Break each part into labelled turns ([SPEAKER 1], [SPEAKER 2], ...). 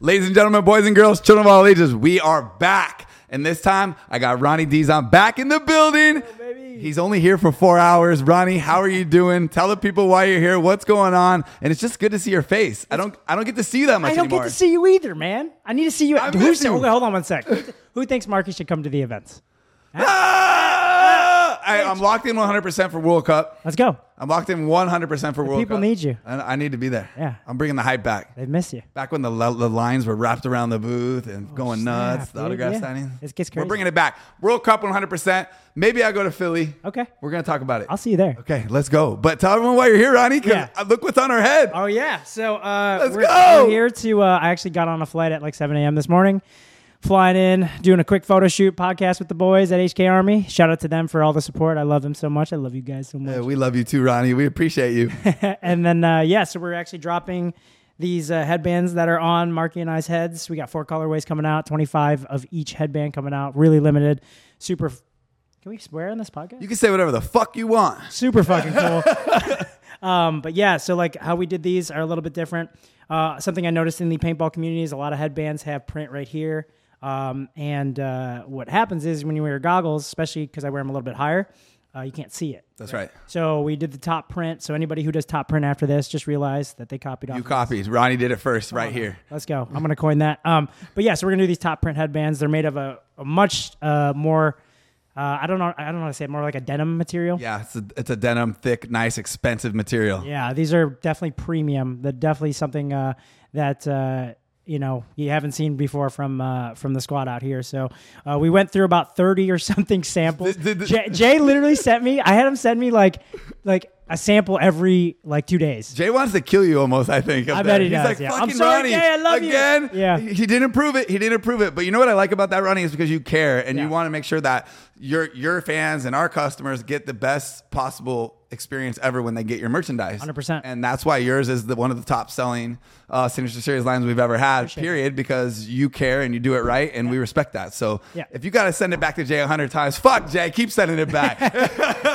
[SPEAKER 1] Ladies and gentlemen, boys and girls, children of all ages, we are back. And this time, I got Ronnie Dizon back in the building. He's only here for four hours. Ronnie, how are you doing? Tell the people why you're here. What's going on? And it's just good to see your face. I don't, I don't get to see you that much
[SPEAKER 2] I don't
[SPEAKER 1] anymore.
[SPEAKER 2] get to see you either, man. I need to see you.
[SPEAKER 1] I
[SPEAKER 2] who
[SPEAKER 1] miss
[SPEAKER 2] said-
[SPEAKER 1] you.
[SPEAKER 2] okay, hold on one sec. Who th- Who thinks Marcus should come to the events?
[SPEAKER 1] Ah! I, I'm locked in 100% for World Cup.
[SPEAKER 2] Let's go.
[SPEAKER 1] I'm locked in 100% for World
[SPEAKER 2] people
[SPEAKER 1] Cup.
[SPEAKER 2] need you.
[SPEAKER 1] And I need to be there.
[SPEAKER 2] Yeah.
[SPEAKER 1] I'm bringing the hype back.
[SPEAKER 2] They miss you.
[SPEAKER 1] Back when the, lo- the lines were wrapped around the booth and going
[SPEAKER 2] Oh, snap,
[SPEAKER 1] nuts, the
[SPEAKER 2] dude.
[SPEAKER 1] autograph
[SPEAKER 2] Yeah.
[SPEAKER 1] signing.
[SPEAKER 2] It gets
[SPEAKER 1] We're
[SPEAKER 2] crazy.
[SPEAKER 1] bringing it back. World Cup 100%. Maybe I go to Philly.
[SPEAKER 2] Okay.
[SPEAKER 1] We're going to talk about it.
[SPEAKER 2] I'll see you there.
[SPEAKER 1] Okay, let's go. But tell everyone why you're here, Ronnie, because
[SPEAKER 2] Yeah.
[SPEAKER 1] look what's on our head.
[SPEAKER 2] Oh yeah. So uh,
[SPEAKER 1] Let's
[SPEAKER 2] we're,
[SPEAKER 1] go!
[SPEAKER 2] we're here to. Uh, I actually got on a flight at like 7 a.m. this morning, flying in, doing a quick photo shoot, podcast with the boys at HK Army. Shout out to them for all the support. I love them so much. I love you guys so much.
[SPEAKER 1] Yeah, we love you too, Ronnie. We appreciate you.
[SPEAKER 2] and then uh, yeah, so we're actually dropping these uh, headbands that are on Marky and I's heads. We got four colorways coming out, twenty five of each headband coming out, really limited. Super. f- Can we swear on this podcast?
[SPEAKER 1] you can say whatever the fuck you want.
[SPEAKER 2] Super fucking cool. um, but yeah, so like how we did these are a little bit different. Uh, something I noticed in the paintball community is a lot of headbands have print right here. Um, and uh, what happens is when you wear goggles, especially because I wear them a little bit higher, uh, you can't see it.
[SPEAKER 1] That's right.
[SPEAKER 2] So we did the top print. So anybody who does top print after this, just realize that they copied off.
[SPEAKER 1] You
[SPEAKER 2] of
[SPEAKER 1] copies. Ronnie did it first,
[SPEAKER 2] Uh-huh.
[SPEAKER 1] right here.
[SPEAKER 2] Let's go. I'm gonna coin that. Um, but yeah, so we're gonna do these top print headbands. They're made of a, a much uh, more. Uh, I don't know. I don't know how to say it. More like a denim material.
[SPEAKER 1] Yeah, it's a, it's a denim, thick, nice, expensive material.
[SPEAKER 2] Yeah, these are definitely premium. They're definitely something uh, that uh, you know you haven't seen before from uh, from the squad out here. So uh, we went through about thirty or something samples.
[SPEAKER 1] The- the- the-
[SPEAKER 2] Jay, Jay literally sent me. I had him send me like like a sample every like two days.
[SPEAKER 1] Jay wants to kill you almost, I think. up
[SPEAKER 2] I
[SPEAKER 1] there.
[SPEAKER 2] bet he
[SPEAKER 1] He's
[SPEAKER 2] does,
[SPEAKER 1] like,
[SPEAKER 2] yeah.
[SPEAKER 1] fucking
[SPEAKER 2] I'm sorry,
[SPEAKER 1] Ronnie,
[SPEAKER 2] Jay, I love you."
[SPEAKER 1] again.
[SPEAKER 2] Yeah.
[SPEAKER 1] He he didn't prove it. He didn't prove it. But you know what I like about that, Ronnie, is because you care and you
[SPEAKER 2] Yeah.
[SPEAKER 1] want to make sure that your your fans and our customers get the best possible experience ever when they get your merchandise.
[SPEAKER 2] 100%.
[SPEAKER 1] And that's why yours is the one of the top selling uh, Signature Series lines we've ever had, period, because you care and you do it right and we respect that. So
[SPEAKER 2] Yeah.
[SPEAKER 1] if you got to send it back to Jay 100 times, fuck Jay, keep sending it back.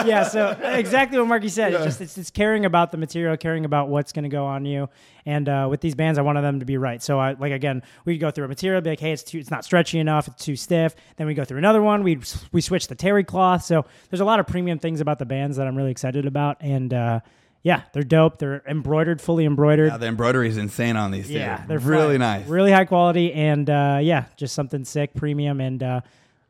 [SPEAKER 2] yeah, so exactly what Marky said. It's just it's, it's caring about the material, caring about what's going to go on you. And uh, with these bands, I wanted them to be right. So I like again, we'd go through a material, be like, hey, it's too, it's not stretchy enough, it's too stiff. Then we go through another one. We we switch the terry cloth. So there's a lot of premium things about the bands that I'm really excited about. And uh, yeah, they're dope. They're embroidered, fully embroidered.
[SPEAKER 1] Now, the embroidery is insane on these.
[SPEAKER 2] Yeah,
[SPEAKER 1] dude.
[SPEAKER 2] they're
[SPEAKER 1] really
[SPEAKER 2] fun.
[SPEAKER 1] nice.
[SPEAKER 2] really high quality, and uh, yeah, just something sick, premium, and uh,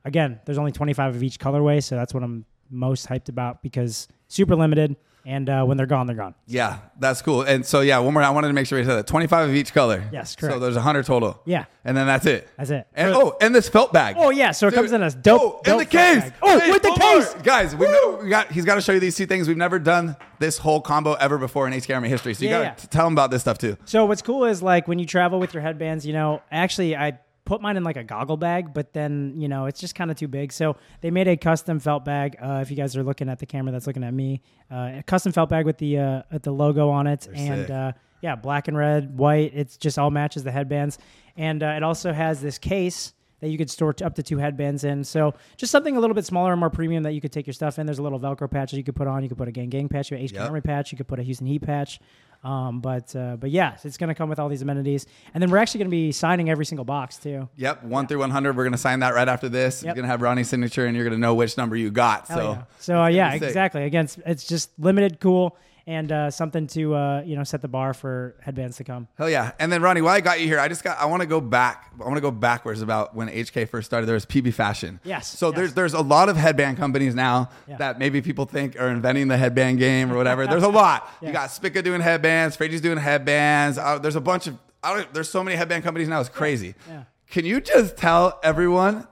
[SPEAKER 2] again, there's only 25 of each colorway, so that's what I'm most hyped about because super limited, and uh, when they're gone, they're gone.
[SPEAKER 1] Yeah, that's cool. And so, yeah, one more. I wanted to make sure we said that. Twenty-five of each color.
[SPEAKER 2] Yes,
[SPEAKER 1] So
[SPEAKER 2] correct.
[SPEAKER 1] there's hundred total.
[SPEAKER 2] Yeah.
[SPEAKER 1] And then that's it.
[SPEAKER 2] That's it.
[SPEAKER 1] And
[SPEAKER 2] For-
[SPEAKER 1] oh, and this felt bag.
[SPEAKER 2] Oh, yeah, so it comes in a dope-
[SPEAKER 1] Oh, and
[SPEAKER 2] dope
[SPEAKER 1] the
[SPEAKER 2] felt
[SPEAKER 1] case.
[SPEAKER 2] bag. Oh,
[SPEAKER 1] Hey,
[SPEAKER 2] with the
[SPEAKER 1] one more.
[SPEAKER 2] case.
[SPEAKER 1] guys. We've never, we got. He's got to show you these two things. We've never done this whole combo ever before in HK Army history. So you
[SPEAKER 2] Yeah,
[SPEAKER 1] got
[SPEAKER 2] yeah.
[SPEAKER 1] to tell him about this stuff too.
[SPEAKER 2] So what's cool is like when you travel with your headbands, you know, actually I put mine in like a goggle bag, but then, you know, it's just kind of too big. So they made a custom felt bag. Uh, if you guys are looking at the camera that's looking at me, uh, a custom felt bag with the, uh, with the logo on it. and,
[SPEAKER 1] sick.
[SPEAKER 2] uh, yeah, black and red, white. It's just all matches the headbands. And, uh, it also has this case that you could store t- up to two headbands in. So just something a little bit smaller and more premium that you could take your stuff in. There's a little Velcro patch that you could put on. You could put a Gang Gang patch, you HK
[SPEAKER 1] Yep.
[SPEAKER 2] Army patch. You could put a Houston Heat patch. Um, but uh, but yeah, so it's going to come with all these amenities, and then we're actually going to be signing every single box too.
[SPEAKER 1] Yep, one through one hundred. We're gonna sign that right after this. You're
[SPEAKER 2] Yep.
[SPEAKER 1] gonna have Ronnie's signature, and you're gonna know which number you got.
[SPEAKER 2] Hell
[SPEAKER 1] so,
[SPEAKER 2] yeah. so uh, yeah,
[SPEAKER 1] Oh. be sick.
[SPEAKER 2] exactly. Again, it's, it's just limited, cool, and uh, something to uh, you know set the bar for headbands to come.
[SPEAKER 1] Hell yeah! And then Ronnie, while I got you here, I just got I want to go back. I want to go backwards about when HK first started. There was PB Fashion.
[SPEAKER 2] Yes,
[SPEAKER 1] So
[SPEAKER 2] yes.
[SPEAKER 1] there's there's a lot of headband companies now
[SPEAKER 2] Yeah.
[SPEAKER 1] that maybe people think are inventing the headband game or whatever. There's a lot. You
[SPEAKER 2] Yeah.
[SPEAKER 1] got Spica doing headbands, Fragee's doing headbands. Uh, there's a bunch of I don't, there's so many headband companies now. It's crazy.
[SPEAKER 2] yeah.
[SPEAKER 1] Can you just tell everyone?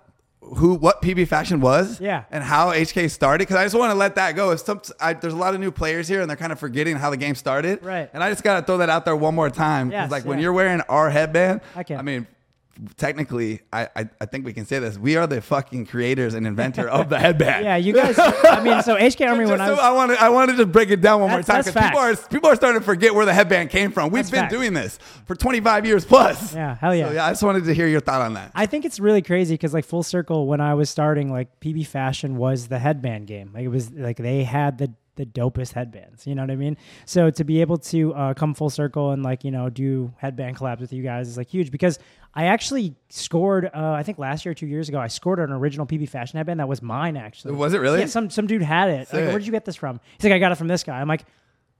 [SPEAKER 1] Who what PB Fashion was,
[SPEAKER 2] Yeah.
[SPEAKER 1] and how HK started? Because I just want to let that go. If some, I, there's a lot of new players here, and they're kind of forgetting how the game started.
[SPEAKER 2] Right.
[SPEAKER 1] And I just gotta throw that out there one more time. 'Cause,
[SPEAKER 2] Yes,
[SPEAKER 1] like when
[SPEAKER 2] yeah.
[SPEAKER 1] you're wearing our headband,
[SPEAKER 2] I can.
[SPEAKER 1] I mean, technically, I, I I think we can say this. We are the fucking creators and inventor of the headband.
[SPEAKER 2] Yeah, you guys. I mean, so HK Army
[SPEAKER 1] Just
[SPEAKER 2] when
[SPEAKER 1] so
[SPEAKER 2] I was,
[SPEAKER 1] I want to I want to just break it down one more
[SPEAKER 2] That's-
[SPEAKER 1] time
[SPEAKER 2] that's
[SPEAKER 1] people are
[SPEAKER 2] facts.
[SPEAKER 1] people are starting to forget where the headband came from. We've
[SPEAKER 2] That's
[SPEAKER 1] been
[SPEAKER 2] facts.
[SPEAKER 1] doing this for 25 years plus.
[SPEAKER 2] Yeah, hell yeah.
[SPEAKER 1] So yeah, I just wanted to hear your thought on that.
[SPEAKER 2] I think it's really crazy because like full circle when I was starting, like PB Fashion was the headband game. Like it was like they had the the the dopest headbands. You know what I mean? So to be able to uh, come full circle and like you know do headband collabs with you guys is like huge because I actually scored. Uh, I think last year, or two years ago, I scored an original PB fashion headband that was mine actually.
[SPEAKER 1] Was it really?
[SPEAKER 2] Yeah, some some dude had it. Like,
[SPEAKER 1] Sick.
[SPEAKER 2] where did you get this from? He's like, I got it from this guy. I'm like.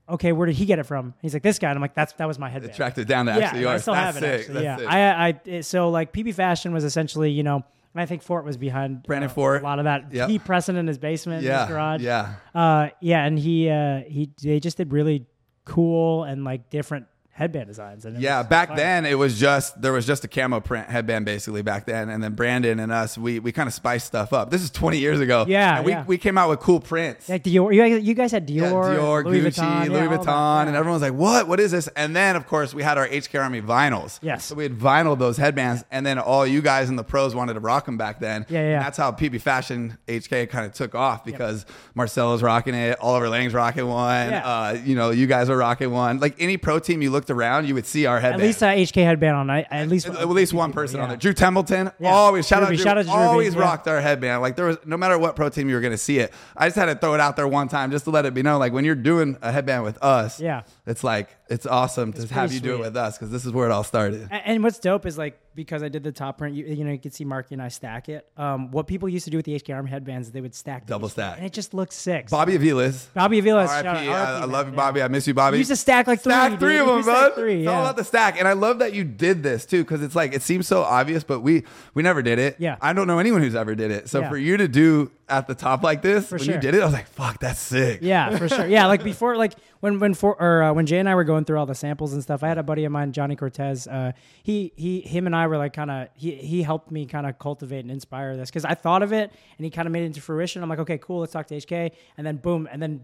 [SPEAKER 2] Okay, where did he get it from? He's like this guy, and I'm like, that's that was my headband.
[SPEAKER 1] Tracked it down to actually
[SPEAKER 2] Yeah, I
[SPEAKER 1] yours.
[SPEAKER 2] still
[SPEAKER 1] That's
[SPEAKER 2] have it.
[SPEAKER 1] sick.
[SPEAKER 2] Actually,
[SPEAKER 1] That's
[SPEAKER 2] yeah,
[SPEAKER 1] sick.
[SPEAKER 2] I, I, it- so like PB Fashion was essentially, you know, and I think Fort was behind
[SPEAKER 1] Brandon
[SPEAKER 2] uh,
[SPEAKER 1] Fort.
[SPEAKER 2] A lot of that.
[SPEAKER 1] Yep.
[SPEAKER 2] He pressing in his basement, in
[SPEAKER 1] yeah,
[SPEAKER 2] his garage.
[SPEAKER 1] yeah.
[SPEAKER 2] uh, yeah, and he, uh, he, they just did really cool and like different headband designs. And it
[SPEAKER 1] Yeah,
[SPEAKER 2] was
[SPEAKER 1] back
[SPEAKER 2] fun.
[SPEAKER 1] then it was just there was just a camo print headband basically back then, and then Brandon and us we we kind of spiced stuff up. This is 20 years ago.
[SPEAKER 2] Yeah,
[SPEAKER 1] and we,
[SPEAKER 2] yeah.
[SPEAKER 1] we came out with cool prints.
[SPEAKER 2] Like Dior, you guys, you guys had Dior,
[SPEAKER 1] Yeah, Dior,
[SPEAKER 2] Louis
[SPEAKER 1] Gucci,
[SPEAKER 2] Vuitton, yeah,
[SPEAKER 1] Louis
[SPEAKER 2] all that,
[SPEAKER 1] Vuitton,
[SPEAKER 2] yeah.
[SPEAKER 1] and everyone was like, "What? What is this?" And then, of course, we had our HK Army vinyls.
[SPEAKER 2] Yes.
[SPEAKER 1] so we had vinyl those headbands, and then all you guys in the pros wanted to rock them back then.
[SPEAKER 2] Yeah, yeah.
[SPEAKER 1] And that's how PB Fashion HK kind of took off because Marcelo's rocking it, Oliver Lang's rocking one.
[SPEAKER 2] Yeah.
[SPEAKER 1] Uh, you know, you guys were rocking one. Like any pro team you looked around, you would see our
[SPEAKER 2] At
[SPEAKER 1] headband.
[SPEAKER 2] least uh, HK headband on. I, at least
[SPEAKER 1] At least one person on
[SPEAKER 2] yeah.
[SPEAKER 1] there. Drew Templeton
[SPEAKER 2] Yeah.
[SPEAKER 1] always shout
[SPEAKER 2] Ruby,
[SPEAKER 1] out. Drew,
[SPEAKER 2] shout out to Ruby,
[SPEAKER 1] always
[SPEAKER 2] yeah.
[SPEAKER 1] rocked our headband. Like there was no matter what pro team you were going to see it. I just had to throw it out there one time just to let it be known. Like when you're doing a headband with us,
[SPEAKER 2] Yeah.
[SPEAKER 1] it's like it's awesome to have
[SPEAKER 2] pretty
[SPEAKER 1] you do it
[SPEAKER 2] sweet.
[SPEAKER 1] with us because this is where it all started.
[SPEAKER 2] A- And what's dope is like because I did the top print, you, you know, you could see Marky and I stack it. Um, what people used to do with the HK Arm headbands, is they would stack,
[SPEAKER 1] Double
[SPEAKER 2] these,
[SPEAKER 1] stack.
[SPEAKER 2] and it just looks sick. So
[SPEAKER 1] Bobby Avilas,
[SPEAKER 2] Bobby Avila,
[SPEAKER 1] RIP.
[SPEAKER 2] shout out,
[SPEAKER 1] I,
[SPEAKER 2] RIP,
[SPEAKER 1] I love
[SPEAKER 2] man,
[SPEAKER 1] you,
[SPEAKER 2] yeah.
[SPEAKER 1] Bobby. I miss you, Bobby.
[SPEAKER 2] You used to stack like three.
[SPEAKER 1] stack
[SPEAKER 2] dude.
[SPEAKER 1] three of
[SPEAKER 2] You
[SPEAKER 1] them,
[SPEAKER 2] used to
[SPEAKER 1] bud.
[SPEAKER 2] stack Three,
[SPEAKER 1] It's
[SPEAKER 2] yeah.
[SPEAKER 1] all about the stack. And I love that you did this too, because it's like it seems so obvious, but we we never did it.
[SPEAKER 2] Yeah.
[SPEAKER 1] I don't know anyone who's ever did it. So
[SPEAKER 2] Yeah.
[SPEAKER 1] for you to do at the top like this, when you
[SPEAKER 2] sure.
[SPEAKER 1] did it, I was like, fuck, that's sick.
[SPEAKER 2] Yeah, for sure. Yeah, like before, like when when for or uh, when Jay and I were going through all the samples and stuff, I had a buddy of mine, Johnny Cortez. Uh, he he him and I were like kind of he he helped me kind of cultivate and inspire this because I thought of it and he kind of made it into fruition. I'm like, okay, cool, let's talk to HK, and then boom, and then.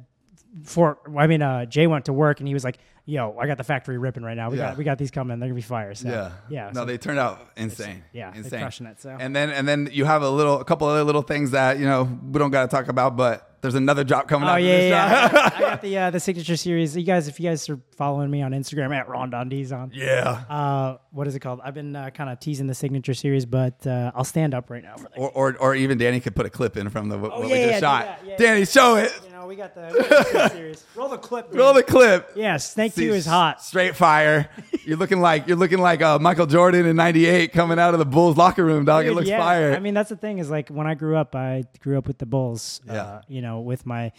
[SPEAKER 2] For I mean, uh, Jay went to work and he was like, "Yo, I got the factory ripping right now. We
[SPEAKER 1] Yeah.
[SPEAKER 2] got we got these coming. They're gonna be fire." So,
[SPEAKER 1] Yeah.
[SPEAKER 2] yeah.
[SPEAKER 1] No,
[SPEAKER 2] so-
[SPEAKER 1] they turned out insane.
[SPEAKER 2] yeah, they're
[SPEAKER 1] Insane.
[SPEAKER 2] crushing it, so.
[SPEAKER 1] And then and then you have a little a couple other little things that, you know, we don't gotta talk about, but there's another drop coming
[SPEAKER 2] Oh
[SPEAKER 1] out.
[SPEAKER 2] yeah,
[SPEAKER 1] this drop.
[SPEAKER 2] yeah. I got the uh, the signature series. You guys, if you guys are following me on Instagram at Ron Dundee's on,
[SPEAKER 1] Yeah.
[SPEAKER 2] uh, what is it called? I've been uh, kind of teasing the signature series, but uh, I'll stand up right now. For that.
[SPEAKER 1] Or, or, or even Danny could put a clip in from the what we
[SPEAKER 2] Oh, yeah,
[SPEAKER 1] just
[SPEAKER 2] yeah, do
[SPEAKER 1] shot.
[SPEAKER 2] that. Yeah,
[SPEAKER 1] Danny, show it.
[SPEAKER 2] You know, we got the we got the series. Roll the clip.
[SPEAKER 1] Roll the
[SPEAKER 2] dude.
[SPEAKER 1] clip.
[SPEAKER 2] yeah, Snake
[SPEAKER 1] See,
[SPEAKER 2] Two is hot.
[SPEAKER 1] Straight fire. You're looking like you're looking like uh, Michael Jordan in '98 coming out of the Bulls locker room, dog. it
[SPEAKER 2] Dude,
[SPEAKER 1] looks
[SPEAKER 2] yeah.
[SPEAKER 1] fire.
[SPEAKER 2] I mean, that's the thing is like when I grew up, I grew up with the Bulls.
[SPEAKER 1] Yeah.
[SPEAKER 2] Uh, you know, with my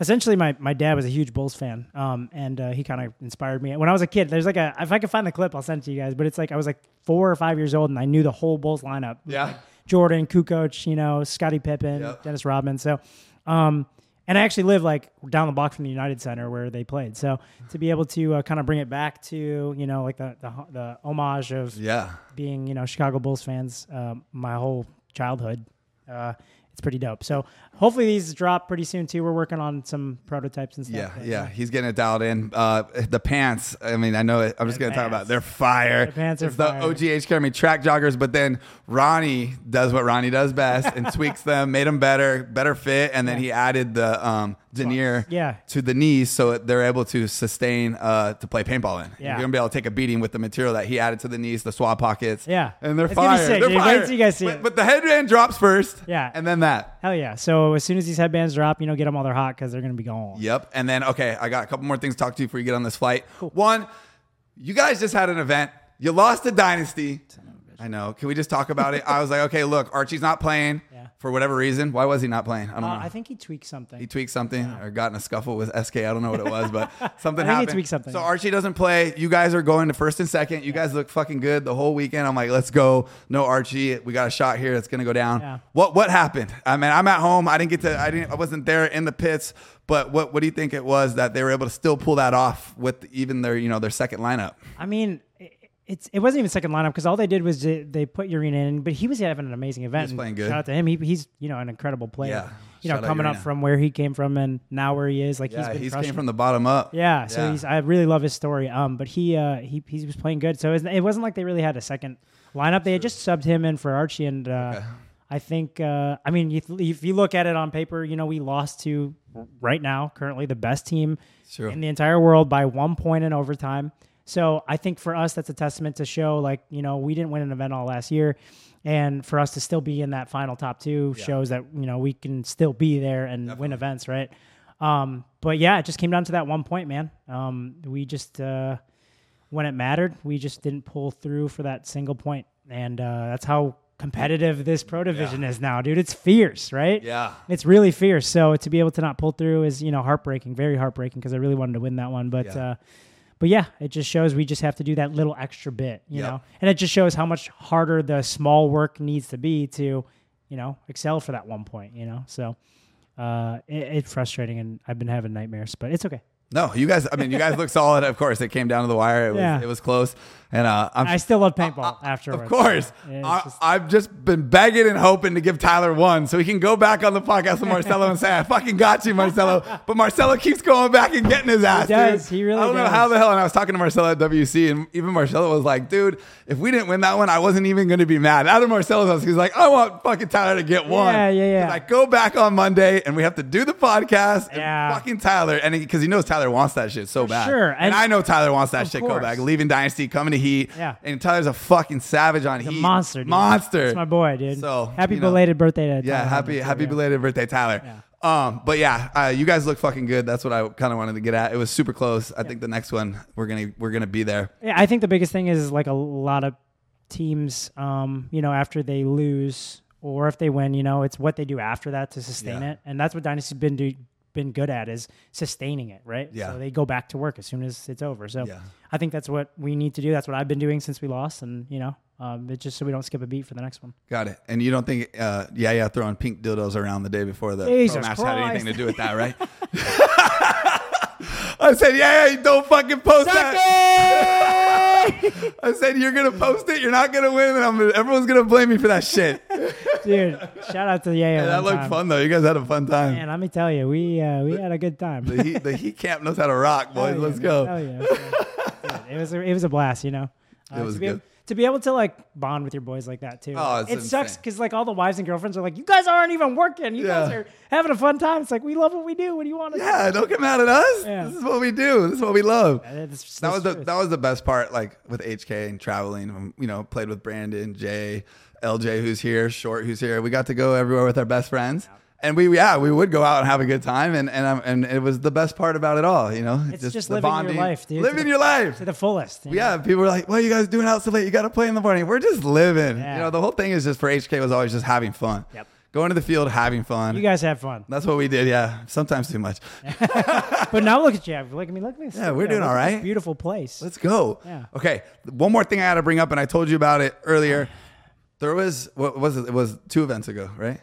[SPEAKER 2] essentially my, my dad was a huge Bulls fan. Um, and uh, he kind of inspired me when I was a kid. There's like a if I can find the clip, I'll send it to you guys. But it's like I was like four or five years old, and I knew the whole Bulls lineup.
[SPEAKER 1] yeah.
[SPEAKER 2] Jordan, Kukoc, you know, Scottie Pippen,
[SPEAKER 1] Yep.
[SPEAKER 2] Dennis Rodman. So, um, and I actually live like down the block from the United Center where they played. So to be able to uh, kind of bring it back to you know like the the, the homage of
[SPEAKER 1] Yeah.
[SPEAKER 2] being you know Chicago Bulls fans um, my whole childhood. Uh, it's pretty dope. So hopefully these drop pretty soon too. We're working on some prototypes and stuff.
[SPEAKER 1] Yeah,
[SPEAKER 2] But,
[SPEAKER 1] yeah,
[SPEAKER 2] uh,
[SPEAKER 1] he's getting it dialed in. Uh, the pants. I mean, I know. It, I'm just gonna talk
[SPEAKER 2] pants.
[SPEAKER 1] about. It. They're fire.
[SPEAKER 2] The pants are
[SPEAKER 1] it's the
[SPEAKER 2] fire.
[SPEAKER 1] OGH Academy track joggers. But then Ronnie does what Ronnie does best and tweaks them, made them better, better fit, and then he added the um, denier
[SPEAKER 2] Yeah.
[SPEAKER 1] to the knees so they're able to sustain uh, to play paintball in.
[SPEAKER 2] Yeah.
[SPEAKER 1] You're gonna be able to take a beating with the material that he added to the knees, the swab pockets.
[SPEAKER 2] Yeah.
[SPEAKER 1] and they're
[SPEAKER 2] It's gonna be
[SPEAKER 1] fire.
[SPEAKER 2] sick,
[SPEAKER 1] They're
[SPEAKER 2] dude. Wait
[SPEAKER 1] fire.
[SPEAKER 2] till you guys see
[SPEAKER 1] but,
[SPEAKER 2] it.
[SPEAKER 1] but the headband drops first.
[SPEAKER 2] Yeah.
[SPEAKER 1] and then that.
[SPEAKER 2] Hell yeah. So as soon as these headbands drop, you know, get them while they're hot because they're gonna be gone.
[SPEAKER 1] Yep. And then, okay, I got a couple more things to talk to you before you get on this flight. One, you guys just had an event. You lost the dynasty. I know. Can we just talk about it? I was like, okay, look, Archie's not playing
[SPEAKER 2] Yeah.
[SPEAKER 1] for whatever reason. Why was he not playing? I don't
[SPEAKER 2] Uh,
[SPEAKER 1] know.
[SPEAKER 2] I think he tweaked something.
[SPEAKER 1] he tweaked something or got in a scuffle with SK. I don't know what it was, but something
[SPEAKER 2] I think he
[SPEAKER 1] happened.
[SPEAKER 2] tweaked something.
[SPEAKER 1] So Archie doesn't play. You guys are going to first and second. You guys look fucking good the whole weekend. I'm like, let's go. No Archie. We got a shot here. It's gonna go down.
[SPEAKER 2] Yeah.
[SPEAKER 1] What what happened? I mean, I'm at home. I didn't get to. I didn't. I wasn't there in the pits. But what what do you think it was that they were able to still pull that off with even their you know their second lineup?
[SPEAKER 2] I mean, i- it's it wasn't even second lineup because all they did was they, they put Urena in, but he was having an amazing event.
[SPEAKER 1] playing
[SPEAKER 2] and
[SPEAKER 1] good.
[SPEAKER 2] Shout out to him. He, he's you know an incredible player.
[SPEAKER 1] Yeah.
[SPEAKER 2] You know,
[SPEAKER 1] Shout out
[SPEAKER 2] coming up
[SPEAKER 1] Urena.
[SPEAKER 2] from where he came from and now where he is, like he's
[SPEAKER 1] Yeah,
[SPEAKER 2] been
[SPEAKER 1] he's
[SPEAKER 2] crushing.
[SPEAKER 1] came from the bottom up.
[SPEAKER 2] yeah, so
[SPEAKER 1] Yeah.
[SPEAKER 2] he's I really love his story. Um, but he uh he he was playing good, so it wasn't, it wasn't like they really had a second lineup. They had just subbed him in for Archie, and uh, I think uh I mean if, if you look at it on paper, you know we lost to right now currently the best team
[SPEAKER 1] Sure.
[SPEAKER 2] in the entire world by one point in overtime. So I think for us, that's a testament to show like, you know, we didn't win an event all last year. And for us to still be in that final top two shows that, you know, we can still be there and win events, right? Um, but yeah, it just came down to that one point, man. Um, we just uh, when it mattered, we just didn't pull through for that single point, and uh, that's how competitive this pro division is now, dude. It's fierce, right?
[SPEAKER 1] Yeah.
[SPEAKER 2] it's really fierce. So to be able to not pull through is you know heartbreaking, very heartbreaking because I really wanted to win that one, but.
[SPEAKER 1] Yeah.
[SPEAKER 2] Uh, but yeah, it just shows we just have to do that little extra bit, you
[SPEAKER 1] Yeah.
[SPEAKER 2] know, and it just shows how much harder the small work needs to be to, you know, excel for that one point, you know. So uh, it, it's frustrating, and I've been having nightmares, but it's okay.
[SPEAKER 1] No, you guys. I mean, you guys look solid. Of course, it came down to the wire. It was,
[SPEAKER 2] Yeah.
[SPEAKER 1] it was close, and uh, I'm
[SPEAKER 2] I still love paintball afterwards.
[SPEAKER 1] Of course.
[SPEAKER 2] It's
[SPEAKER 1] I,
[SPEAKER 2] just-
[SPEAKER 1] I've just been begging and hoping to give Tyler one so he can go back on the podcast with Marcelo and say, I fucking got you, Marcelo. But Marcelo keeps going back and getting his ass.
[SPEAKER 2] does.
[SPEAKER 1] dude.
[SPEAKER 2] He really
[SPEAKER 1] I don't know
[SPEAKER 2] does.
[SPEAKER 1] how the hell. And I was talking to Marcelo at WC, and even Marcelo was like, dude, if we didn't win that one, I wasn't even going to be mad. Out of Marcelo's house, he's like, I want fucking Tyler to get one.
[SPEAKER 2] Yeah, yeah, yeah.
[SPEAKER 1] He's like, go back on Monday, and we have to do the podcast. and
[SPEAKER 2] Yeah.
[SPEAKER 1] fucking Tyler. And because he, knows Tyler wants that shit so bad.
[SPEAKER 2] sure.
[SPEAKER 1] And,
[SPEAKER 2] And-
[SPEAKER 1] I know Tyler wants that shit go
[SPEAKER 2] course.
[SPEAKER 1] back. Leaving Dynasty, coming to Heat.
[SPEAKER 2] Yeah.
[SPEAKER 1] And Tyler's a fucking savage on Heat.
[SPEAKER 2] a monster, dude.
[SPEAKER 1] Monster.
[SPEAKER 2] That's my boy, dude.
[SPEAKER 1] So,
[SPEAKER 2] happy
[SPEAKER 1] you know.
[SPEAKER 2] belated birthday to
[SPEAKER 1] Yeah,
[SPEAKER 2] Tyler
[SPEAKER 1] happy
[SPEAKER 2] Hunter,
[SPEAKER 1] happy
[SPEAKER 2] yeah.
[SPEAKER 1] belated birthday, Tyler. Um, but yeah, uh, you guys look fucking good. That's what I kind of wanted to get at. It was super close. I think the next one we're gonna we're gonna be there.
[SPEAKER 2] Yeah, I think the biggest thing is like a lot of teams, um, you know, after they lose or if they win, you know, it's what they do after that to sustain
[SPEAKER 1] Yeah.
[SPEAKER 2] it, and that's what Dynasty's been do, been good at is sustaining it, right?
[SPEAKER 1] Yeah.
[SPEAKER 2] So they go back to work as soon as it's over. So
[SPEAKER 1] Yeah.
[SPEAKER 2] I think that's what we need to do. That's what I've been doing since we lost, and you know, um, it's just so we don't skip a beat for the next one.
[SPEAKER 1] Got it. And you don't think uh, yeah yeah throwing pink dildos around the day before the
[SPEAKER 2] Jesus
[SPEAKER 1] pro match had anything
[SPEAKER 2] Christ.
[SPEAKER 1] to do with that, right? I said yeah yeah you don't fucking post that. I said you're gonna post it. You're not gonna win, and I'm gonna, everyone's gonna blame me for that shit.
[SPEAKER 2] dude! Shout out to yeah,
[SPEAKER 1] that looked fun though. You guys had a fun time.
[SPEAKER 2] And let me tell you, we uh, we had a good time.
[SPEAKER 1] The heat, the heat camp knows how to rock, boys.
[SPEAKER 2] Hell
[SPEAKER 1] Let's
[SPEAKER 2] Oh, yeah,
[SPEAKER 1] go.
[SPEAKER 2] hell yeah. Dude, it was a, it was a blast, you know. Uh,
[SPEAKER 1] It was
[SPEAKER 2] to be,
[SPEAKER 1] good.
[SPEAKER 2] to be able to like bond with your boys like that too.
[SPEAKER 1] Oh, it's
[SPEAKER 2] it sucks
[SPEAKER 1] insane.
[SPEAKER 2] because like all the wives and girlfriends are like, you guys aren't even working. You guys
[SPEAKER 1] Yeah.
[SPEAKER 2] are having a fun time. It's like we love what we do. What do you want? to
[SPEAKER 1] Yeah, don't get mad at us.
[SPEAKER 2] Yeah.
[SPEAKER 1] This is what we do. This is what we love.
[SPEAKER 2] do? Uh, that's-
[SPEAKER 1] that was the
[SPEAKER 2] that's truth.
[SPEAKER 1] that was the best part. Like with HK and traveling, um, you know, played with Brandon, Jay, LJ, who's here, Short, who's here. We got to go everywhere with our best friends, and we yeah we would go out and have a good time, and and um, and it was the best part about it all. You know,
[SPEAKER 2] It's just living your life, dude.
[SPEAKER 1] Living your life.
[SPEAKER 2] to the fullest. you know?
[SPEAKER 1] Yeah, people were like, "What are you guys doing out so late? You got to play in the morning." We're just living.
[SPEAKER 2] Yeah.
[SPEAKER 1] You know, the whole thing is just for HK was always just having fun.
[SPEAKER 2] Yep.
[SPEAKER 1] Going to the field, having fun.
[SPEAKER 2] You guys have fun,
[SPEAKER 1] That's what we did. Yeah, sometimes too much.
[SPEAKER 2] but now look at you. Look at me. Look at this.
[SPEAKER 1] Yeah, we're doing
[SPEAKER 2] look
[SPEAKER 1] all
[SPEAKER 2] at this
[SPEAKER 1] right.
[SPEAKER 2] Beautiful place.
[SPEAKER 1] Let's go.
[SPEAKER 2] Yeah.
[SPEAKER 1] Okay. One more thing I had to bring up, and I told you about it earlier.
[SPEAKER 2] Uh-huh.
[SPEAKER 1] There was what was it? It was two events ago, right?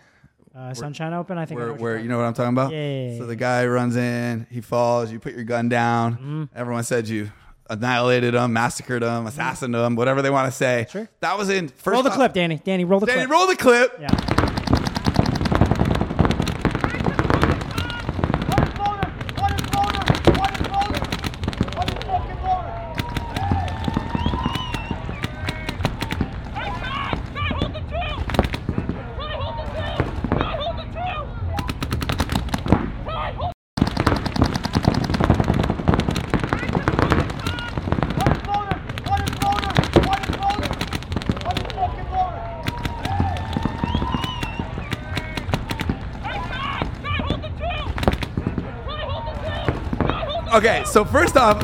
[SPEAKER 2] Uh, Sunshine Open. I think. I
[SPEAKER 1] Where,
[SPEAKER 2] know what you're
[SPEAKER 1] where
[SPEAKER 2] talking
[SPEAKER 1] you know what I'm talking about?
[SPEAKER 2] Yeah, yeah, yeah,
[SPEAKER 1] So the guy runs in, he falls, you put your gun down.
[SPEAKER 2] Mm-hmm.
[SPEAKER 1] Everyone said you annihilated him, massacred him, assassinated him, whatever they want to say.
[SPEAKER 2] Sure.
[SPEAKER 1] That was in
[SPEAKER 2] about.
[SPEAKER 1] first.
[SPEAKER 2] Roll the
[SPEAKER 1] off-
[SPEAKER 2] clip, Danny. Danny, roll the
[SPEAKER 1] Danny,
[SPEAKER 2] clip.
[SPEAKER 1] roll the clip.
[SPEAKER 2] yeah.
[SPEAKER 3] What is loaded? What is loaded? What is loaded? What is fucking loaded?
[SPEAKER 4] Hey, Ty! Ty, hold the two! Ty, hold the two! Ty, hold the two! Ty, hold
[SPEAKER 3] What is loaded? What is loaded? What is loaded? What is fucking loaded?
[SPEAKER 4] Hey, Ty! Ty, hold the two! Ty, hold the two! Ty, hold the
[SPEAKER 1] Okay, so first off,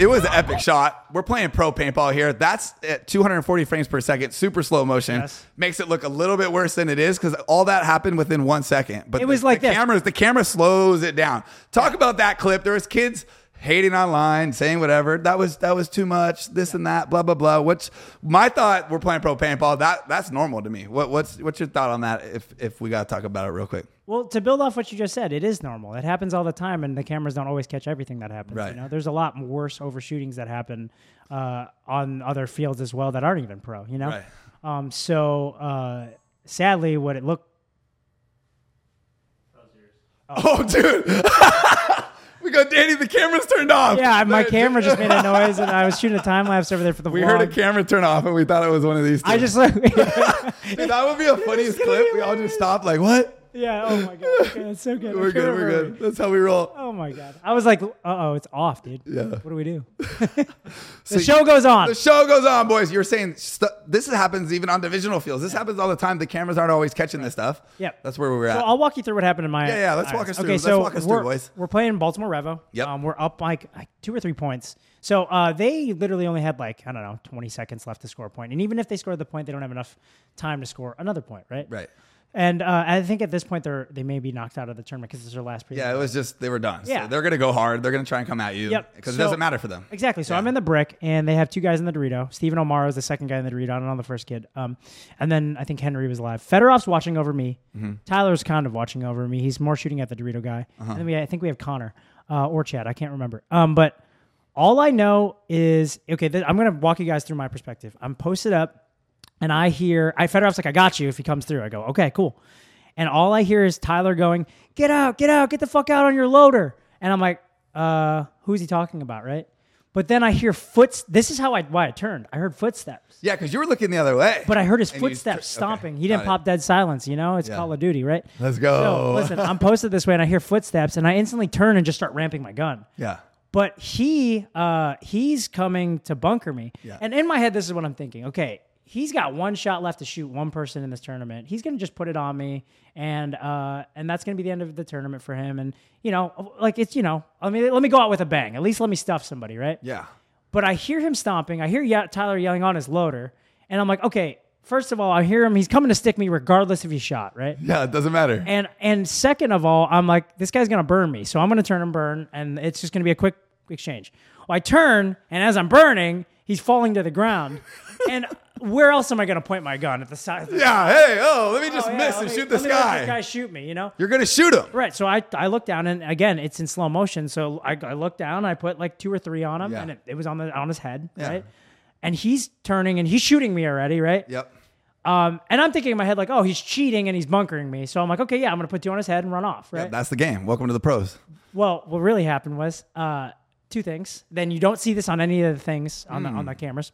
[SPEAKER 1] it was an epic shot. We're playing pro paintball here. That's at 240 frames per second, super slow motion.
[SPEAKER 2] Yes.
[SPEAKER 1] Makes it look a little bit worse than it is because all that happened within one second. But
[SPEAKER 2] It was
[SPEAKER 1] the,
[SPEAKER 2] like
[SPEAKER 1] the
[SPEAKER 2] this.
[SPEAKER 1] cameras. The camera slows it down. Talk about that clip. There was kids hating online, saying whatever. That was that was too much. This and that. Blah blah blah. Which my thought. We're playing pro paintball. That that's normal to me. What what's what's your thought on that? If if we gotta talk about it real quick.
[SPEAKER 2] Well, to build off what you just said, it is normal. It happens all the time, and the cameras don't always catch everything that happens.
[SPEAKER 1] Right.
[SPEAKER 2] You know, there's a lot worse overshootings that happen uh, on other fields as well that aren't even pro. You know,
[SPEAKER 1] Right.
[SPEAKER 2] um, so uh, sadly, what it looked
[SPEAKER 1] Oh, dude. we go, Danny, the camera's turned off.
[SPEAKER 2] yeah, my camera just made a noise, and I was shooting a time lapse over there for the
[SPEAKER 1] We
[SPEAKER 2] vlog.
[SPEAKER 1] heard a camera turn off and we thought it was one of these. Two.
[SPEAKER 2] I just look.
[SPEAKER 1] Dude, that would be a funniest clip. We all just stopped, like, what?
[SPEAKER 2] Yeah. Oh my god. Okay, that's so good. I
[SPEAKER 1] We're
[SPEAKER 2] can't
[SPEAKER 1] good. We're
[SPEAKER 2] remember.
[SPEAKER 1] good. That's how we roll.
[SPEAKER 2] Oh my god. I was like, uh oh, it's off, dude.
[SPEAKER 1] Yeah.
[SPEAKER 2] What do we do?
[SPEAKER 1] So
[SPEAKER 2] the show goes on.
[SPEAKER 1] The show goes on, boys. You're saying stu this happens even on divisional fields. This happens all the time. The cameras aren't always catching this stuff.
[SPEAKER 2] Yep.
[SPEAKER 1] That's where we were at.
[SPEAKER 2] So I'll walk you through what happened in my.
[SPEAKER 1] Yeah, yeah, let's
[SPEAKER 2] All
[SPEAKER 1] walk us through.
[SPEAKER 2] Okay,
[SPEAKER 1] Let's
[SPEAKER 2] so
[SPEAKER 1] walk us through,
[SPEAKER 2] we're,
[SPEAKER 1] boys.
[SPEAKER 2] Wewe're playing Baltimore Revo.
[SPEAKER 1] Yep.
[SPEAKER 2] Um, we're up like, like two or three points. So uh, they literally only had like I don't know twenty seconds left to score a point, and even if they scored the point, they don't have enough time to score another point, right?
[SPEAKER 1] right.
[SPEAKER 2] And uh, I think at this point they're they may be knocked out of the tournament because this is their last. Pre-
[SPEAKER 1] Yeah, it was just they were done. So
[SPEAKER 2] Yeah.
[SPEAKER 1] they're gonna go hard. They're gonna try and come at you.
[SPEAKER 2] Yep.
[SPEAKER 1] Because
[SPEAKER 2] So-
[SPEAKER 1] it doesn't matter for them.
[SPEAKER 2] Exactly. So
[SPEAKER 1] Yeah.
[SPEAKER 2] I'm in the brick, and they have two guys in the Dorito. Stephen O'Mara is the second guy in the Dorito. I don't know the first kid. Um, and then I think Henry was alive. Fedorov's watching over me.
[SPEAKER 1] Mm-hmm.
[SPEAKER 2] Tyler's kind of watching over me. He's more shooting at the Dorito guy.
[SPEAKER 1] Uh-huh.
[SPEAKER 2] And then we, I think we have Connor uh, or Chad. I can't remember. Um, but all I know is okay. Th- I'm gonna walk you guys through my perspective. I'm posted up, and I hear I Fedorov's like, "I got you." If he comes through, I go, "Okay, cool." And all I hear is Tyler going, "Get out, get out, get the fuck out on your loader." And I'm like, "Uh, who's he talking about, right?" But then I hear foots. This is how I why I turned. I heard footsteps,
[SPEAKER 1] Yeah, because you were looking the other way.
[SPEAKER 2] but I heard his
[SPEAKER 1] And you-
[SPEAKER 2] footsteps
[SPEAKER 1] okay,
[SPEAKER 2] stomping. he
[SPEAKER 1] got
[SPEAKER 2] didn't
[SPEAKER 1] it.
[SPEAKER 2] pop dead silence. You know, it's
[SPEAKER 1] Yeah.
[SPEAKER 2] Call of Duty, right?
[SPEAKER 1] Let's go.
[SPEAKER 2] So, listen, I'm posted this way, and I hear footsteps, and I instantly turn and just start ramping my gun.
[SPEAKER 1] Yeah.
[SPEAKER 2] But he uh, he's coming to bunker me.
[SPEAKER 1] Yeah.
[SPEAKER 2] And in my head, this is what I'm thinking. Okay, he's got one shot left to shoot one person in this tournament. He's gonna just put it on me, and uh, and that's gonna be the end of the tournament for him. And you know, like it's you know, I mean, let me go out with a bang. At least let me stuff somebody, right?
[SPEAKER 1] Yeah.
[SPEAKER 2] But I hear him stomping. I hear Ye- Tyler yelling on his loader, and I'm like, okay. First of all, I hear him. He's coming to stick me regardless if he shot, right?
[SPEAKER 1] Yeah, it doesn't matter.
[SPEAKER 2] And and second of all, I'm like, this guy's gonna burn me, so I'm gonna turn and burn, and it's just gonna be a quick exchange. Well, I turn, and as I'm burning, he's falling to the ground. and where else am I gonna point my gun at the side?
[SPEAKER 1] yeah, hey, oh, let me
[SPEAKER 2] Oh,
[SPEAKER 1] just
[SPEAKER 2] yeah,
[SPEAKER 1] miss
[SPEAKER 2] let
[SPEAKER 1] and
[SPEAKER 2] me-
[SPEAKER 1] shoot this
[SPEAKER 2] let me let
[SPEAKER 1] guy.
[SPEAKER 2] This guy shoot me, you know.
[SPEAKER 1] You're gonna shoot him.
[SPEAKER 2] Right, so I, I look down and again it's in slow motion. So I, I look down, I put like two or three on him,
[SPEAKER 1] Yeah.
[SPEAKER 2] and it, it was on the on his head, right? And he's turning and he's shooting me already, right?
[SPEAKER 1] Yep.
[SPEAKER 2] Um, and I'm thinking in my head like, oh, he's cheating and he's bunkering me. So I'm like, okay, yeah, I'm gonna put two on his head and run off, right?
[SPEAKER 1] Yep, That's the game. Welcome to the pros.
[SPEAKER 2] Well, what really happened was uh, two things. Then you don't see this on any of the things on the on
[SPEAKER 1] Hmm.
[SPEAKER 2] the cameras.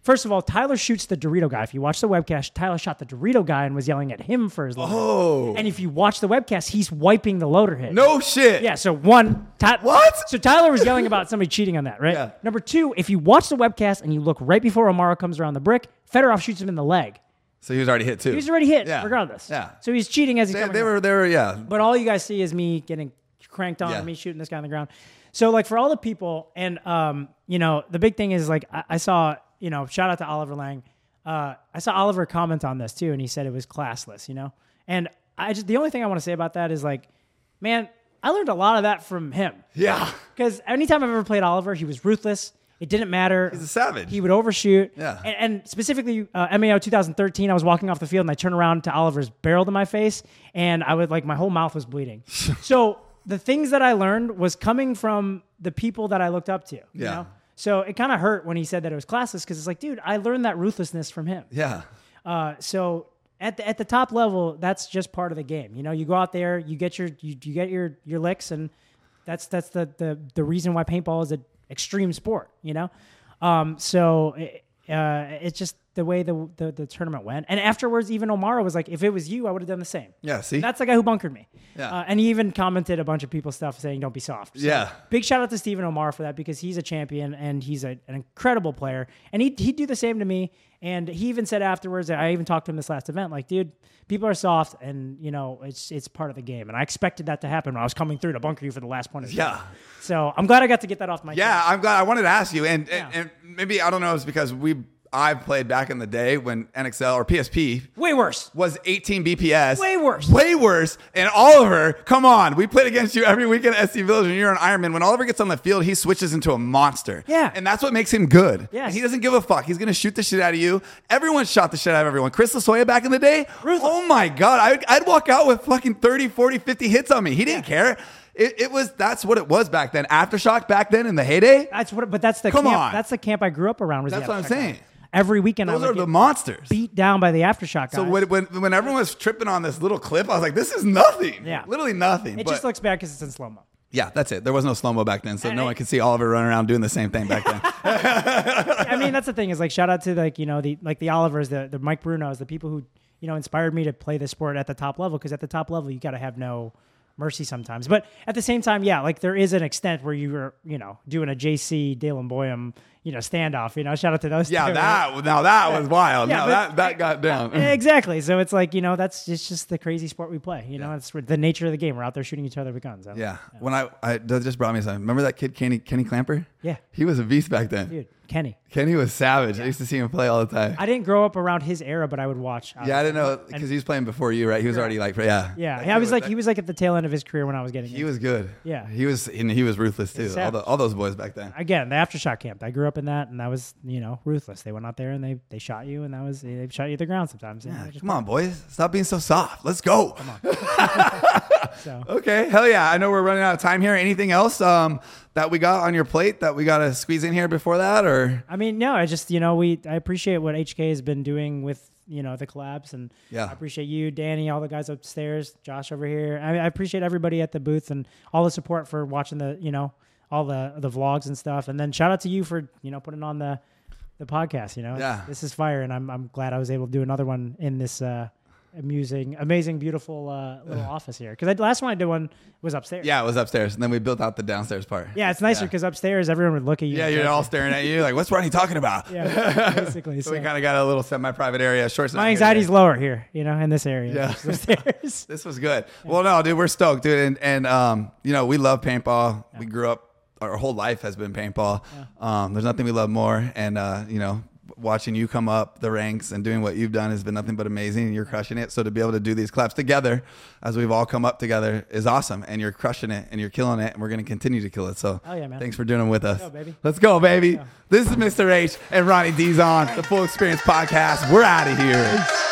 [SPEAKER 2] First of all, Tyler shoots the Dorito guy. If you watch the webcast, Tyler shot the Dorito guy and was yelling at him for his loader.
[SPEAKER 1] Oh.
[SPEAKER 2] And if you watch the webcast, he's wiping the loader hit.
[SPEAKER 1] No shit.
[SPEAKER 2] Yeah, so one, Ty-
[SPEAKER 1] What?
[SPEAKER 2] So Tyler was yelling about somebody cheating on that, right?
[SPEAKER 1] Yeah.
[SPEAKER 2] Number two, if you watch the webcast and you look right before Amaro comes around the brick, Fedorov shoots him in the leg.
[SPEAKER 1] So he was already hit too.
[SPEAKER 2] He was already hit,
[SPEAKER 1] Yeah.
[SPEAKER 2] regardless.
[SPEAKER 1] Yeah.
[SPEAKER 2] So he's cheating as he's
[SPEAKER 1] They,
[SPEAKER 2] coming.
[SPEAKER 1] they
[SPEAKER 2] around.
[SPEAKER 1] were. They were. Yeah.
[SPEAKER 2] But all you guys see is me getting cranked on
[SPEAKER 1] Yeah.
[SPEAKER 2] and me shooting this guy on the ground. So like for all the people, and um, you know, the big thing is like I, I saw, you know, shout out to Oliver Lang. Uh, I saw Oliver comment on this too, and he said it was classless, you know. And I just the only thing I want to say about that is like, man, I learned a lot of that from him
[SPEAKER 1] Yeah.
[SPEAKER 2] because anytime I've ever played Oliver, he was ruthless. It didn't matter. He's
[SPEAKER 1] a savage.
[SPEAKER 2] He would overshoot.
[SPEAKER 1] Yeah.
[SPEAKER 2] And, and specifically, uh, MAO 2013, I was walking off the field and I turned around to Oliver's barrel to my face, and I was like, my whole mouth was bleeding. so the things that I learned was coming from the people that I looked up to. You
[SPEAKER 1] Yeah.
[SPEAKER 2] know? So it kind of hurt when he said that it was classless because it's like, dude, I learned that ruthlessness from him.
[SPEAKER 1] Yeah.
[SPEAKER 2] Uh, so at the, at the top level, that's just part of the game. You know, you go out there, you get your you, you get your your licks, and that's that's the the the reason why paintball is an extreme sport. You know, um, so it, uh, it's just the way the, the the tournament went. And afterwards, even Omara was like, "If it was you, I would have done the same."
[SPEAKER 1] Yeah. See.
[SPEAKER 2] That's the guy who bunkered me.
[SPEAKER 1] Yeah.
[SPEAKER 2] Uh, and he even commented a bunch of people's stuff saying, don't be soft. So
[SPEAKER 1] Yeah.
[SPEAKER 2] Big shout out to Stephen Omar for that because he's a champion and he's a, an incredible player. And he'd, he'd do the same to me. And he even said afterwards, I even talked to him this last event, like, dude, people are soft and, you know, it's it's part of the game. And I expected that to happen when I was coming through to bunker you for the last point of the
[SPEAKER 1] Yeah.
[SPEAKER 2] game. So I'm glad I got to get that off my
[SPEAKER 1] Yeah, I'm glad. I wanted to ask you, and, and,
[SPEAKER 2] Yeah.
[SPEAKER 1] and maybe I don't know, it's because we I've played back in the day when NXL or PSP
[SPEAKER 2] chest. Way worse.
[SPEAKER 1] was 18 BPS,
[SPEAKER 2] Way worse.
[SPEAKER 1] way worse. And Oliver, come on, we played against you every weekend at SC Village, and you're an Ironman. When Oliver gets on the field, he switches into a monster.
[SPEAKER 2] Yeah.
[SPEAKER 1] and that's what makes him good.
[SPEAKER 2] Yes.
[SPEAKER 1] And he doesn't give a fuck. He's gonna shoot the shit out of you. Everyone shot the shit out of everyone. Chris Lasoya back in the day.
[SPEAKER 2] Ruthless.
[SPEAKER 1] Oh my god, I'd, I'd walk out with fucking 30, 40, 50 hits on me. He didn't care. It, it was that's what it was back then. Aftershock back then in the heyday.
[SPEAKER 2] That's what, but that's the
[SPEAKER 1] Come
[SPEAKER 2] camp.
[SPEAKER 1] on.
[SPEAKER 2] That's the camp I grew up around. Was the
[SPEAKER 1] That's what I'm
[SPEAKER 2] Aftershock
[SPEAKER 1] saying.
[SPEAKER 2] guys. Every weekend,
[SPEAKER 1] Those
[SPEAKER 2] I
[SPEAKER 1] are
[SPEAKER 2] would
[SPEAKER 1] the
[SPEAKER 2] get
[SPEAKER 1] monsters.
[SPEAKER 2] beat down by the aftershock guys.
[SPEAKER 1] So when, when when everyone was tripping on this little clip, I was like, "This is nothing.
[SPEAKER 2] Yeah.
[SPEAKER 1] literally nothing."
[SPEAKER 2] It
[SPEAKER 1] but
[SPEAKER 2] just looks bad because it's in slow mo.
[SPEAKER 1] yeah, that's it. There was no slow mo back then, so
[SPEAKER 2] And
[SPEAKER 1] no
[SPEAKER 2] I-
[SPEAKER 1] one could see Oliver running around doing the same thing back then.
[SPEAKER 2] I mean, that's the thing is like shout out to like you know the like the Olivers, the the Mike Brunos, the people who you know inspired me to play this sport at the top level because at the top level you got to have no mercy sometimes. But at the same time, yeah, like there is an extent where you were you know doing a JC Dalen Boyum you know standoff. You know, shout out to those.
[SPEAKER 1] Yeah,
[SPEAKER 2] two, right?
[SPEAKER 1] that now that was wild.
[SPEAKER 2] Yeah,
[SPEAKER 1] now
[SPEAKER 2] but-
[SPEAKER 1] that that got down.
[SPEAKER 2] Exactly. So it's like you know that's it's just the crazy sport we play. You know, it's the nature of the game. We're out there shooting each other with guns. I don't-
[SPEAKER 1] Yeah. When I, I that just brought me something. Remember that kid Kenny Kenny Clamper?
[SPEAKER 2] Yeah.
[SPEAKER 1] He was a beast back then.
[SPEAKER 2] dude, Kenny.
[SPEAKER 1] Kenny was savage. I used to see him play all the time.
[SPEAKER 2] I didn't grow up around his era, but I would watch.
[SPEAKER 1] yeah, I didn't know because he was playing before you, right? He was already like, yeah.
[SPEAKER 2] Yeah,
[SPEAKER 1] That
[SPEAKER 2] yeah. I
[SPEAKER 1] kid
[SPEAKER 2] was like,
[SPEAKER 1] that-
[SPEAKER 2] he was like at the tail end of his career when I was getting.
[SPEAKER 1] He
[SPEAKER 2] into
[SPEAKER 1] was good.
[SPEAKER 2] Yeah.
[SPEAKER 1] He was and he was ruthless too. All,
[SPEAKER 2] savage.
[SPEAKER 1] the, all those boys back then.
[SPEAKER 2] again the aftershock camp. I grew up in that, and that was you know ruthless. They went out there and they they shot you, and that was they shot you to the ground sometimes. And
[SPEAKER 1] Yeah,
[SPEAKER 2] I just-
[SPEAKER 1] come on, boys. Stop being so soft. Let's go.
[SPEAKER 2] so
[SPEAKER 1] Okay, hell yeah. I know we're running out of time here. Anything else um, that we got on your plate that we got to squeeze in here before that? Or
[SPEAKER 2] I mean, no, I just you know we I appreciate what HK has been doing with you know the collabs, and
[SPEAKER 1] Yeah.
[SPEAKER 2] I appreciate you, Danny, all the guys upstairs, Josh over here. I, I appreciate everybody at the booth and all the support for watching the you know all the the vlogs and stuff, and then shout out to you for you know putting on the the podcast. You know,
[SPEAKER 1] Yeah.
[SPEAKER 2] It's- this is fire, and I'm I'm glad I was able to do another one in this. uh Amusing, amazing, beautiful uh, little office here. Because the last one I did one was upstairs.
[SPEAKER 1] yeah, it was upstairs, and then we built out the downstairs part.
[SPEAKER 2] yeah, it's nicer because upstairs everyone would look at you.
[SPEAKER 1] Yeah,
[SPEAKER 2] and
[SPEAKER 1] you're
[SPEAKER 2] judge
[SPEAKER 1] all
[SPEAKER 2] you.
[SPEAKER 1] staring at you like, what's Ronnie talking about?
[SPEAKER 2] Yeah, basically.
[SPEAKER 1] So we
[SPEAKER 2] so.
[SPEAKER 1] kind of got a little semi-private area. Short.
[SPEAKER 2] My anxiety's lower here, you know, in this area.
[SPEAKER 1] Yeah.
[SPEAKER 2] versus upstairs.
[SPEAKER 1] This was good. Well, no, dude, we're stoked, dude, and and um, you know, we love paintball. We grew up. Our whole life has been paintball. Um, there's nothing we love more, and uh, you know, watching you come up the ranks and doing what you've done has been nothing but amazing. And you're crushing it. So to be able to do these claps together, as we've all come up together, is awesome. And you're crushing it, and you're killing it, and we're gonna continue to kill it. So,
[SPEAKER 2] Oh, yeah, man.
[SPEAKER 1] thanks for doing them with us.
[SPEAKER 2] go, baby.
[SPEAKER 1] Let's go, baby. This is Mr. H and Ronnie D's on the Full Experience Podcast. We're out of here.